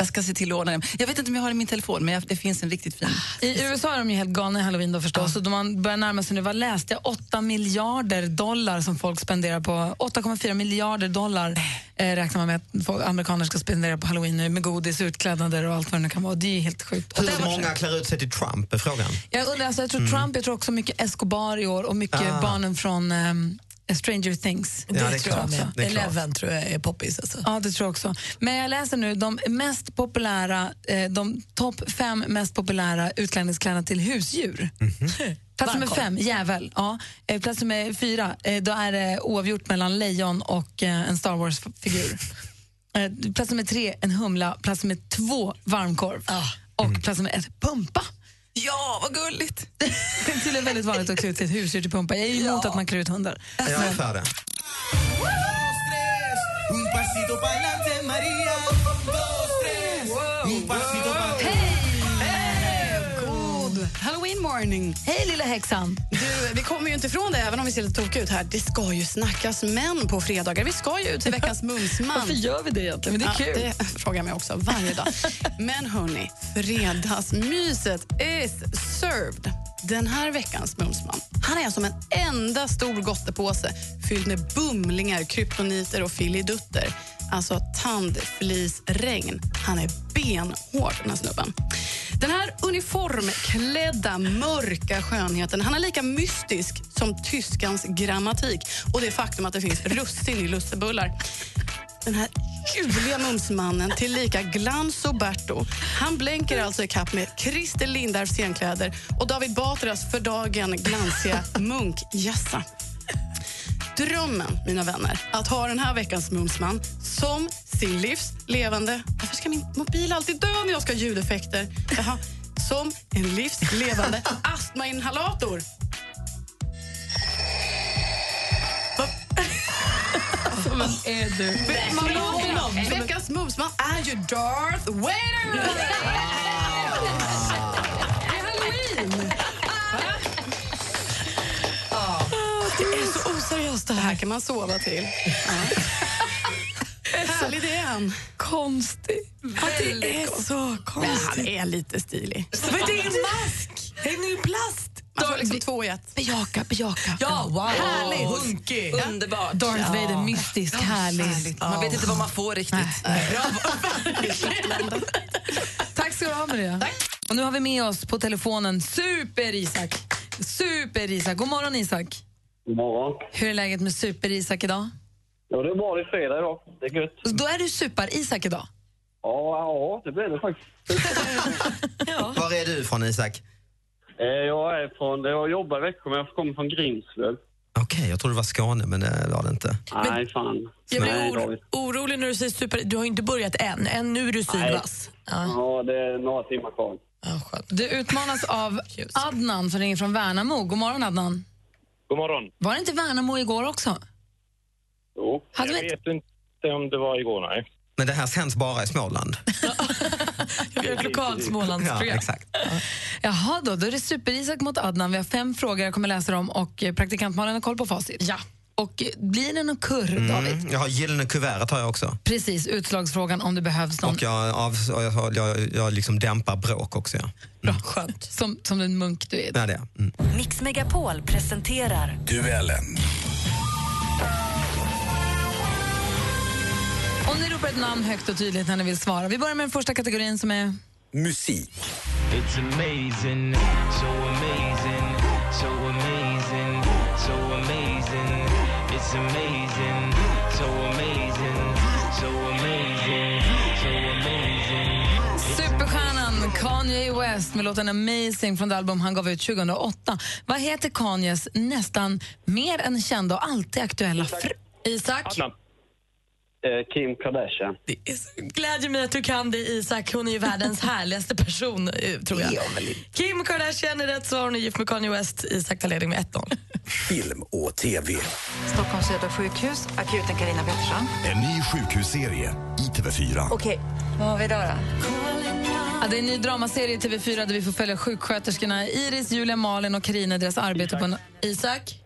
Jag ska se till att ordna den. Jag vet inte om jag har den i min telefon, men jag, det finns en riktigt fin.
I USA är de ju helt galna i halloween då förstås. Och då man börjar närma sig nu, vad läste jag? 8 miljarder dollar som folk spenderar på, 8,4 miljarder dollar eh, räknar man med att folk, amerikaner ska spendera på halloween nu med godis, utklädnader och allt vad det nu kan vara. Det är ju helt sjukt. Och det
Hur
har varit
många
så.
klär ut sig till Trump är frågan.
Jag undrar, alltså, jag tror
Mm.
Trump, jag tror också mycket Escobar i år och mycket
Ah.
barnen från ehm, Stranger Things.
Det, tror jag
också.
med. Eleven tror jag är poppis. Alltså.
Ja, det tror jag också. Men jag läser nu de mest populära, eh, de topp fem mest populära utklädningskläderna till husdjur.
Mhm.
Plats nummer
Varmkorv.
fem, djävul. Ja. Eh, Plats nummer fyra, eh, då är det oavgjort mellan lejon och eh, en
<laughs>
Star Wars-figur. Eh, Plats nummer tre, en humla. Plats nummer två, varmkorv. Och plats nummer ett, pumpa.
Ah. Ja, vad gulligt!
<laughs> Det är tydligen väldigt vanligt att klä ut sitt husdjur till pumpa. Jag är ju emot att man klär ut hundar.
Jag är för det.
God Halloween morning!
Hej lilla häxan!
Du, vi kommer ju inte ifrån det, även om vi ser lite tokiga ut här. Det ska ju snackas män på fredagar. Vi ska ju ut till veckans mumsman.
Varför gör vi det egentligen? Men det är kul.
Det <laughs> frågar jag mig också varje dag. Men hörni, fredagsmyset is served. Den här veckans mumsman, han är som en enda stor gottepåse fylld med bumlingar, kryptoniter och filidutter. Alltså tandflisregn. Han är benhård, den här snubben. Den här uniformklädda, mörka skönheten han är lika mystisk som tyskans grammatik och det faktum att det finns russin i lussebullar. Den här ljuvliga mumsmannen, tillika Glanzo Berto. Han blänker alltså i kapp med Christer Lindarws scenkläder och David Batras för dagen glansiga munkgässa. Drömmen, mina vänner, att ha den här veckans mumsman som sin livs levande... Varför ska min mobil alltid dö när jag ska ha ljudeffekter? Jaha. Som en livs <laughs> levande astmainhalator.
Man är du.
Man låter honom. Veckans mumsman är ju Darth Vader! Ja. Ah, Det är så oseriöst det här. kan man sova till. Härlig är han.
Konstig.
Ja, det är så konstigt. Men han är lite stilig.
Men det är en mask! Det är ju plast!
Man får liksom två i ett.
Bejaka, bejaka.
Ja, wow!
Härligt.
Hunky! Underbart!
Darth Vader, mystisk, härlig.
Man vet inte vad man får riktigt.
<laughs> Tack ska du ha, Maria. Och nu har vi med oss på telefonen Super-Isak. Super-Isak. God morgon, Isak.
God morgon.
Hur är läget med Super-Isak idag?
Ja, det är bra. Det är fredag idag. Det är gött.
Då är du Super-Isak idag.
Ja, ja det blir det faktiskt.
Var är du från Isak?
Eh, Jag är från... Jag jobbar i Växjö, men jag kommer från Grimslöv.
Okej, jag trodde det var Skåne, men det var det inte.
Nej, fan.
Jag blir
Nej,
oro,
David.
orolig när du säger super... Du har ju inte börjat än. Ännu är du sylvass.
Ja, det är några timmar kvar.
<laughs>
Du utmanas av Adnan som ringer från Värnamo. God morgon, Adnan.
<laughs> God morgon.
Var det inte Värnamo igår också?
Jo,
Hade
jag
vi-
vet inte om det var igår, nej.
Men det här sänds bara i Småland.
ett lokalt Smålandsprogram.
Ja, exakt.
Jaha då, då är det Super-Isak mot Adnan. Vi har fem frågor jag kommer läsa dem och eh, praktikant Malin har koll på facit. Ja. Och eh, blir det någon kurr, David?
Mm, jag har gyllene kuvertet har jag också.
Precis, utslagsfrågan om det behövs någon
Och jag, av, och jag, jag, jag liksom dämpar bråk också. Ja. Mm.
som, som den munk du är.
Ja, det är. jag. Mm.
Mix Megapol presenterar
Duellen.
Om ni ropar ett namn högt och tydligt när ni vill svara. Vi börjar med den första kategorin som är...
Musik.
It's amazing, so amazing, so amazing, so amazing. It's amazing, so amazing, so amazing, so amazing.
Superstjärnan Kanye West med låten Amazing från det album han gav ut 2008. Vad heter Kanyes nästan mer än kända och alltid aktuella fru? Isak?
Eh, Kim Kardashian.
Glädjer mig att du kan det, Isak. Hon är ju världens härligaste person, eh, tror jag. Kim Kardashian är rätt svar. Hon är gift med Kanye West. Isak tar ledning med 1-0.
Film och TV.
Stockholms södra sjukhus, akuten Karina Pettersson.
En ny sjukhusserie i TV4.
Okej, vad har vi idag då?
Ja, det är en ny dramaserie i TV4 där vi får följa sjuksköterskorna Iris, Julia, Malin och Carina i deras arbete på en... Isak?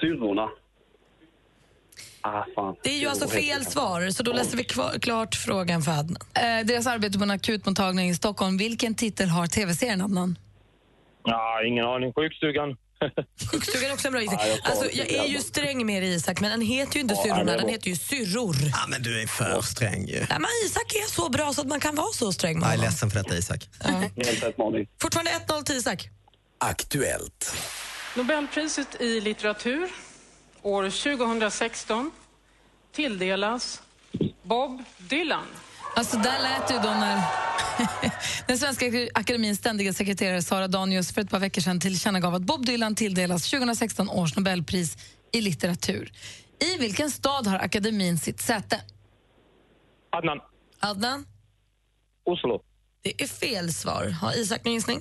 Syrrorna. Ah, fan.
Det är ju alltså fel svar, så då läser vi kvar, klart frågan för Adnan.
Eh, deras arbete på en akutmottagning i Stockholm. Vilken titel har TV-serien, Adnan?
Ja, ingen aning. Sjukstugan.
Sjukstugan är också en bra gissning.
Ja, jag tar
Alltså,
det.
jag är ju sträng med dig, Isak, men den heter ju inte
Ja, det
syrrorna,
är
den
bra.
heter ju syrror.
Ja, men du är för sträng ju.
Nej, men Isak är så bra så att man kan vara så sträng med
Jag är
honom.
ledsen för detta Isak.
Helt rätt, Malin.
Fortfarande 1-0 till Isak.
Aktuellt.
Nobelpriset i litteratur år 2016 tilldelas Bob Dylan.
Alltså, där lät det ju då när <laughs> den svenska akademins ständiga sekreterare Sara Danius för ett par veckor sedan tillkännagav att Bob Dylan tilldelas 2016 års Nobelpris i litteratur. I vilken stad har akademin sitt säte?
Adnan.
Adnan,
Oslo.
det är fel svar. Har Isak någon gissning?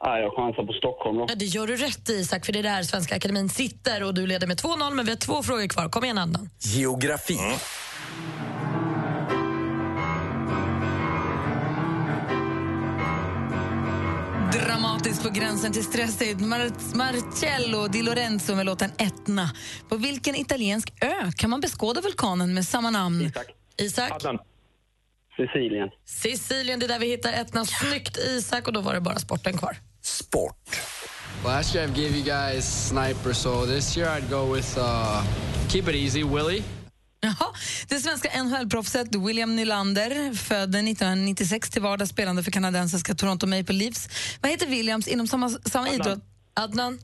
Ah, jag chansar på Stockholm då.
Ja, det gör du rätt i, Isak, för det är där Svenska Akademin sitter och du leder med 2-0 men vi har två frågor kvar. Kom igen Adnan.
Geografi.
Dramatiskt på gränsen till stress är Mar- Marcello Di Lorenzo med låten Etna. På vilken italiensk ö kan man beskåda vulkanen med samma namn? Isak.
Adnan. Sicilien.
Sicilien, det är där vi hittar Etna. Snyggt Isak och då var det bara sporten kvar.
Last year I gave you guys Sniper, so this year I'd go with uh, Keep It Easy, Willie.
Jaha. Det svenska NHL-proffset William Nylander, född 1996 till vardags spelande för kanadensiska Toronto Maple Leafs. Vad heter Williams inom samma, samma
Adnan.
idrott? Adnan.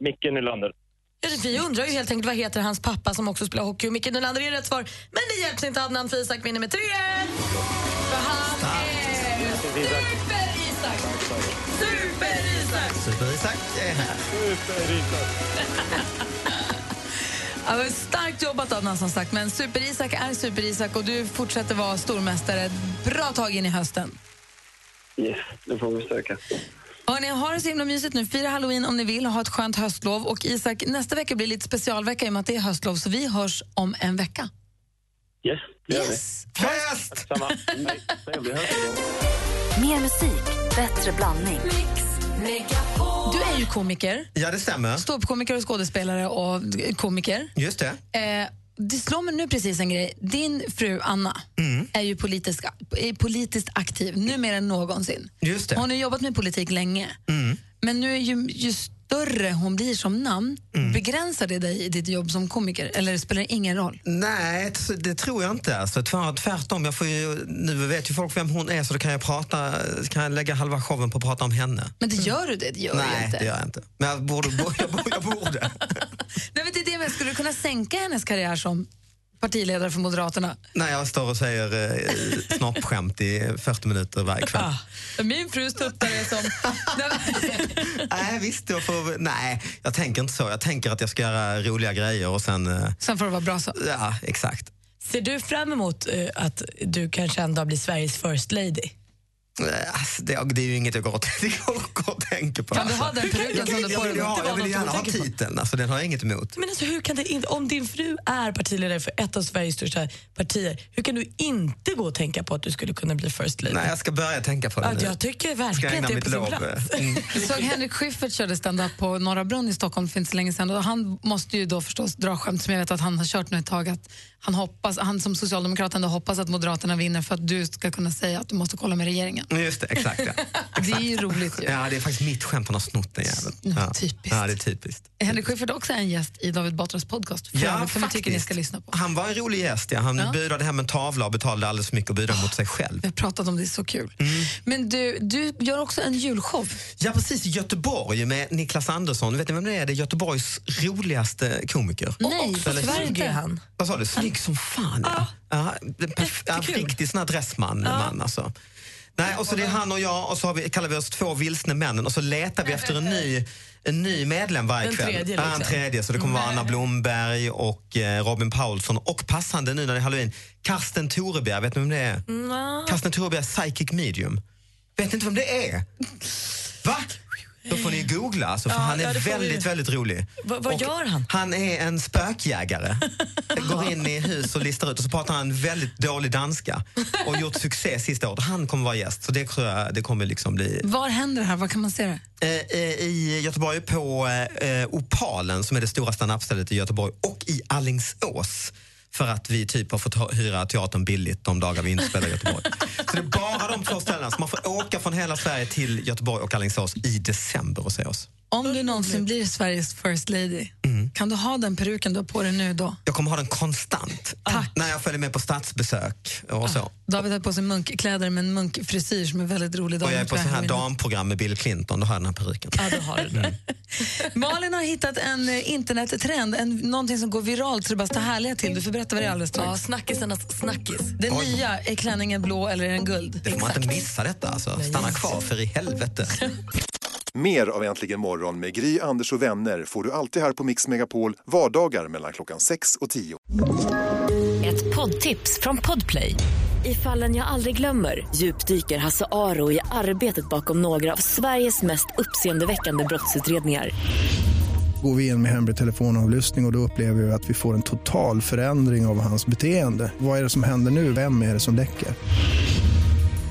Micke Nylander.
Ja, vi undrar ju helt enkelt vad heter hans pappa som också spelar hockey och Micke Nylander är rätt svar. Men det hjälps inte Adnan för Isak vinner med 3 För han är super-Isak. Super-Isak.
Super-Isak är här.
Ja, det var starkt jobbat Adnan som sagt, men Super-Isak är Super-Isak och du fortsätter vara stormästare ett bra tag in i hösten.
Yes, nu får vi försöka.
Hörrni, ha det så himla mysigt nu. Fira halloween om ni vill och ha ett skönt höstlov. Och Isak, nästa vecka blir lite specialvecka i och med att det är höstlov, så vi hörs om en vecka.
Yes, det gör vi.
Fest!
Samma. Nej, trevlig
<laughs>
höst.
Mer musik, bättre blandning.
Du är ju komiker,
Ja, det stämmer.
ståuppkomiker och skådespelare och komiker.
Just det.
Eh, det slår mig nu precis en grej. Din fru Anna
Mm.
är ju politisk, är politiskt aktiv, nu mer än någonsin.
Just det.
Hon har jobbat med politik länge.
Mm.
Men nu är ju, ju större hon blir som namn,
Mm.
begränsar det dig i ditt jobb som komiker? Eller spelar det ingen roll?
Nej, t- det tror jag inte. Alltså, tvär- tvärtom, jag får ju, nu vet ju folk vem hon är så då kan jag, prata, kan jag lägga halva showen på att prata om henne.
Men det gör du det, det gör
Mm. Nej,
du inte.
det gör jag inte. Men jag borde, bo- jag borde, jag
<laughs>
borde.
Nej, men det är det, men skulle du kunna sänka hennes karriär som partiledare för Moderaterna?
När jag står och säger eh, snoppskämt i 40 minuter varje
Ah.
kväll.
Min frus tuttar är som... <laughs> Nej, men-
Nej, visst, jag får, nej, jag tänker inte så. Jag tänker att jag ska göra roliga grejer och sen... eh,
Sen får det vara bra så.
Ja, exakt.
Ser du fram emot eh, att du kanske en dag blir Sveriges first lady?
Eh, Alltså, det, det är ju inget jag går och, <laughs> det går och tänker på.
Kan du ha
alltså.
den peruken
Jag
som
vill-
du
jag
får
vill
i
ha-
munnen?
Jag vill
Det var
gärna
något
ha
jag tänker på.
titeln, alltså, den har jag inget emot.
Men alltså, hur kan det inte, om din fru är partiledare för ett av Sveriges största partier, hur kan du inte gå och tänka på att du skulle kunna bli first lady?
Nej, jag ska börja tänka på det
Ja,
nu.
jag tycker
Ska jag
verkligen
ägna
att det är
mitt
på sin
lov?
plats.
eh,
<laughs>
mm.
Jag såg Henrik Schyffert körde stand-up på Norra Brunn i Stockholm för inte så länge sedan. Och han måste ju då förstås dra skämt som jag vet att han har kört nu ett tag. Att han, hoppas, han som socialdemokrat ändå hoppas att Moderaterna vinner för att du ska kunna säga att du måste kolla med regeringen.
Just det, exakt.
<laughs>
Ja.
Det är ju roligt ju.
Ja, det är faktiskt mitt skämt han har snott den jäveln. Ja.
Typiskt.
Ja, det är typiskt.
Henrik Schyffert är också en gäst i David Batras podcast. För
Ja,
övrigt, som jag tycker ni
faktiskt.
ska lyssna på.
Han var en rolig gäst. Ja. Han
Ja.
budade hem en tavla och betalade alldeles för mycket och budade mot sig själv.
Vi har pratat om det, det är så kul.
Mm.
Men du, du gör också en julshow.
Ja, precis. I Göteborg med Niklas Andersson. Vet ni vem det är? Det är Göteborgs roligaste komiker.
Nej, Och också tyvärr snygg inte. är han.
Vad sa du? Snygg som fan, ja. ja. det är perf- ja riktig sån här dressman. Man, alltså. Nej, och så det är han och jag och så har vi, kallar vi oss två vilsne männen och så letar vi efter en ny, en ny medlem varje
Den
kväll.
tredje,
Ja, en
liksom.
tredje. Så det kommer vara Anna Blomberg och eh, Robin Paulsson och passande nu när det är halloween, Karsten Torebjer. Vet ni vem det är?
Nå.
Karsten Torebjer, psychic medium. Vet ni inte vem det är? Va? Då får ni googla, alltså, för
Ja,
han
ja,
är
det får vi.
väldigt, väldigt rolig.
Va- vad
Och
gör han?
Han är en
<laughs>
spökjägare. Går in i hus och listar ut och så pratar han väldigt dålig danska och gjort succé sista året. Han kommer vara gäst, så det tror jag det kommer liksom bli.
Var händer det här? Var kan man se det?
Eh, eh, I Göteborg på eh, Opalen, som är det stora standup-stället i Göteborg och i Allingsås för att vi typ har fått ha- hyra teatern billigt de dagar vi inte spelar i Göteborg. Så det är bara de två ställena. Så man får åka från hela Sverige till Göteborg och Alingsås i december och se oss.
Om du någonsin blir Sveriges first lady,
Mm.
kan du ha den peruken du har på dig nu då?
Jag kommer ha den konstant. När jag följer med på statsbesök och så.
David har på sig munkkläder med en munkfrisyr som är väldigt rolig.
Och jag är
David
på så
tror
här Mm.
jag har
damprogram med Bill Clinton, då har jag den här peruken.
Ja, har du min. <laughs> Malin har hittat en eh, internettrend, en, någonting som går viralt så det bara står härliga till. Du får berätta vad det är alldeles strax.
Ja, snackisarnas snackis.
Det
Oj.
nya, är klänningen blå eller är den guld?
Det får man inte missa detta alltså. Stanna kvar för i helvete.
Mer av Äntligen morgon med Gry, Anders och vänner får du alltid här på Mix Megapol vardagar mellan klockan 6 och 10.
Ett poddtips från Podplay. I fallen jag aldrig glömmer djupdyker Hasse Aro i arbetet bakom några av Sveriges mest uppseendeväckande brottsutredningar.
Går vi in med hemlig telefonavlyssning och, och då upplever vi att vi får en total förändring av hans beteende. Vad är det som händer nu? Vem är det som läcker?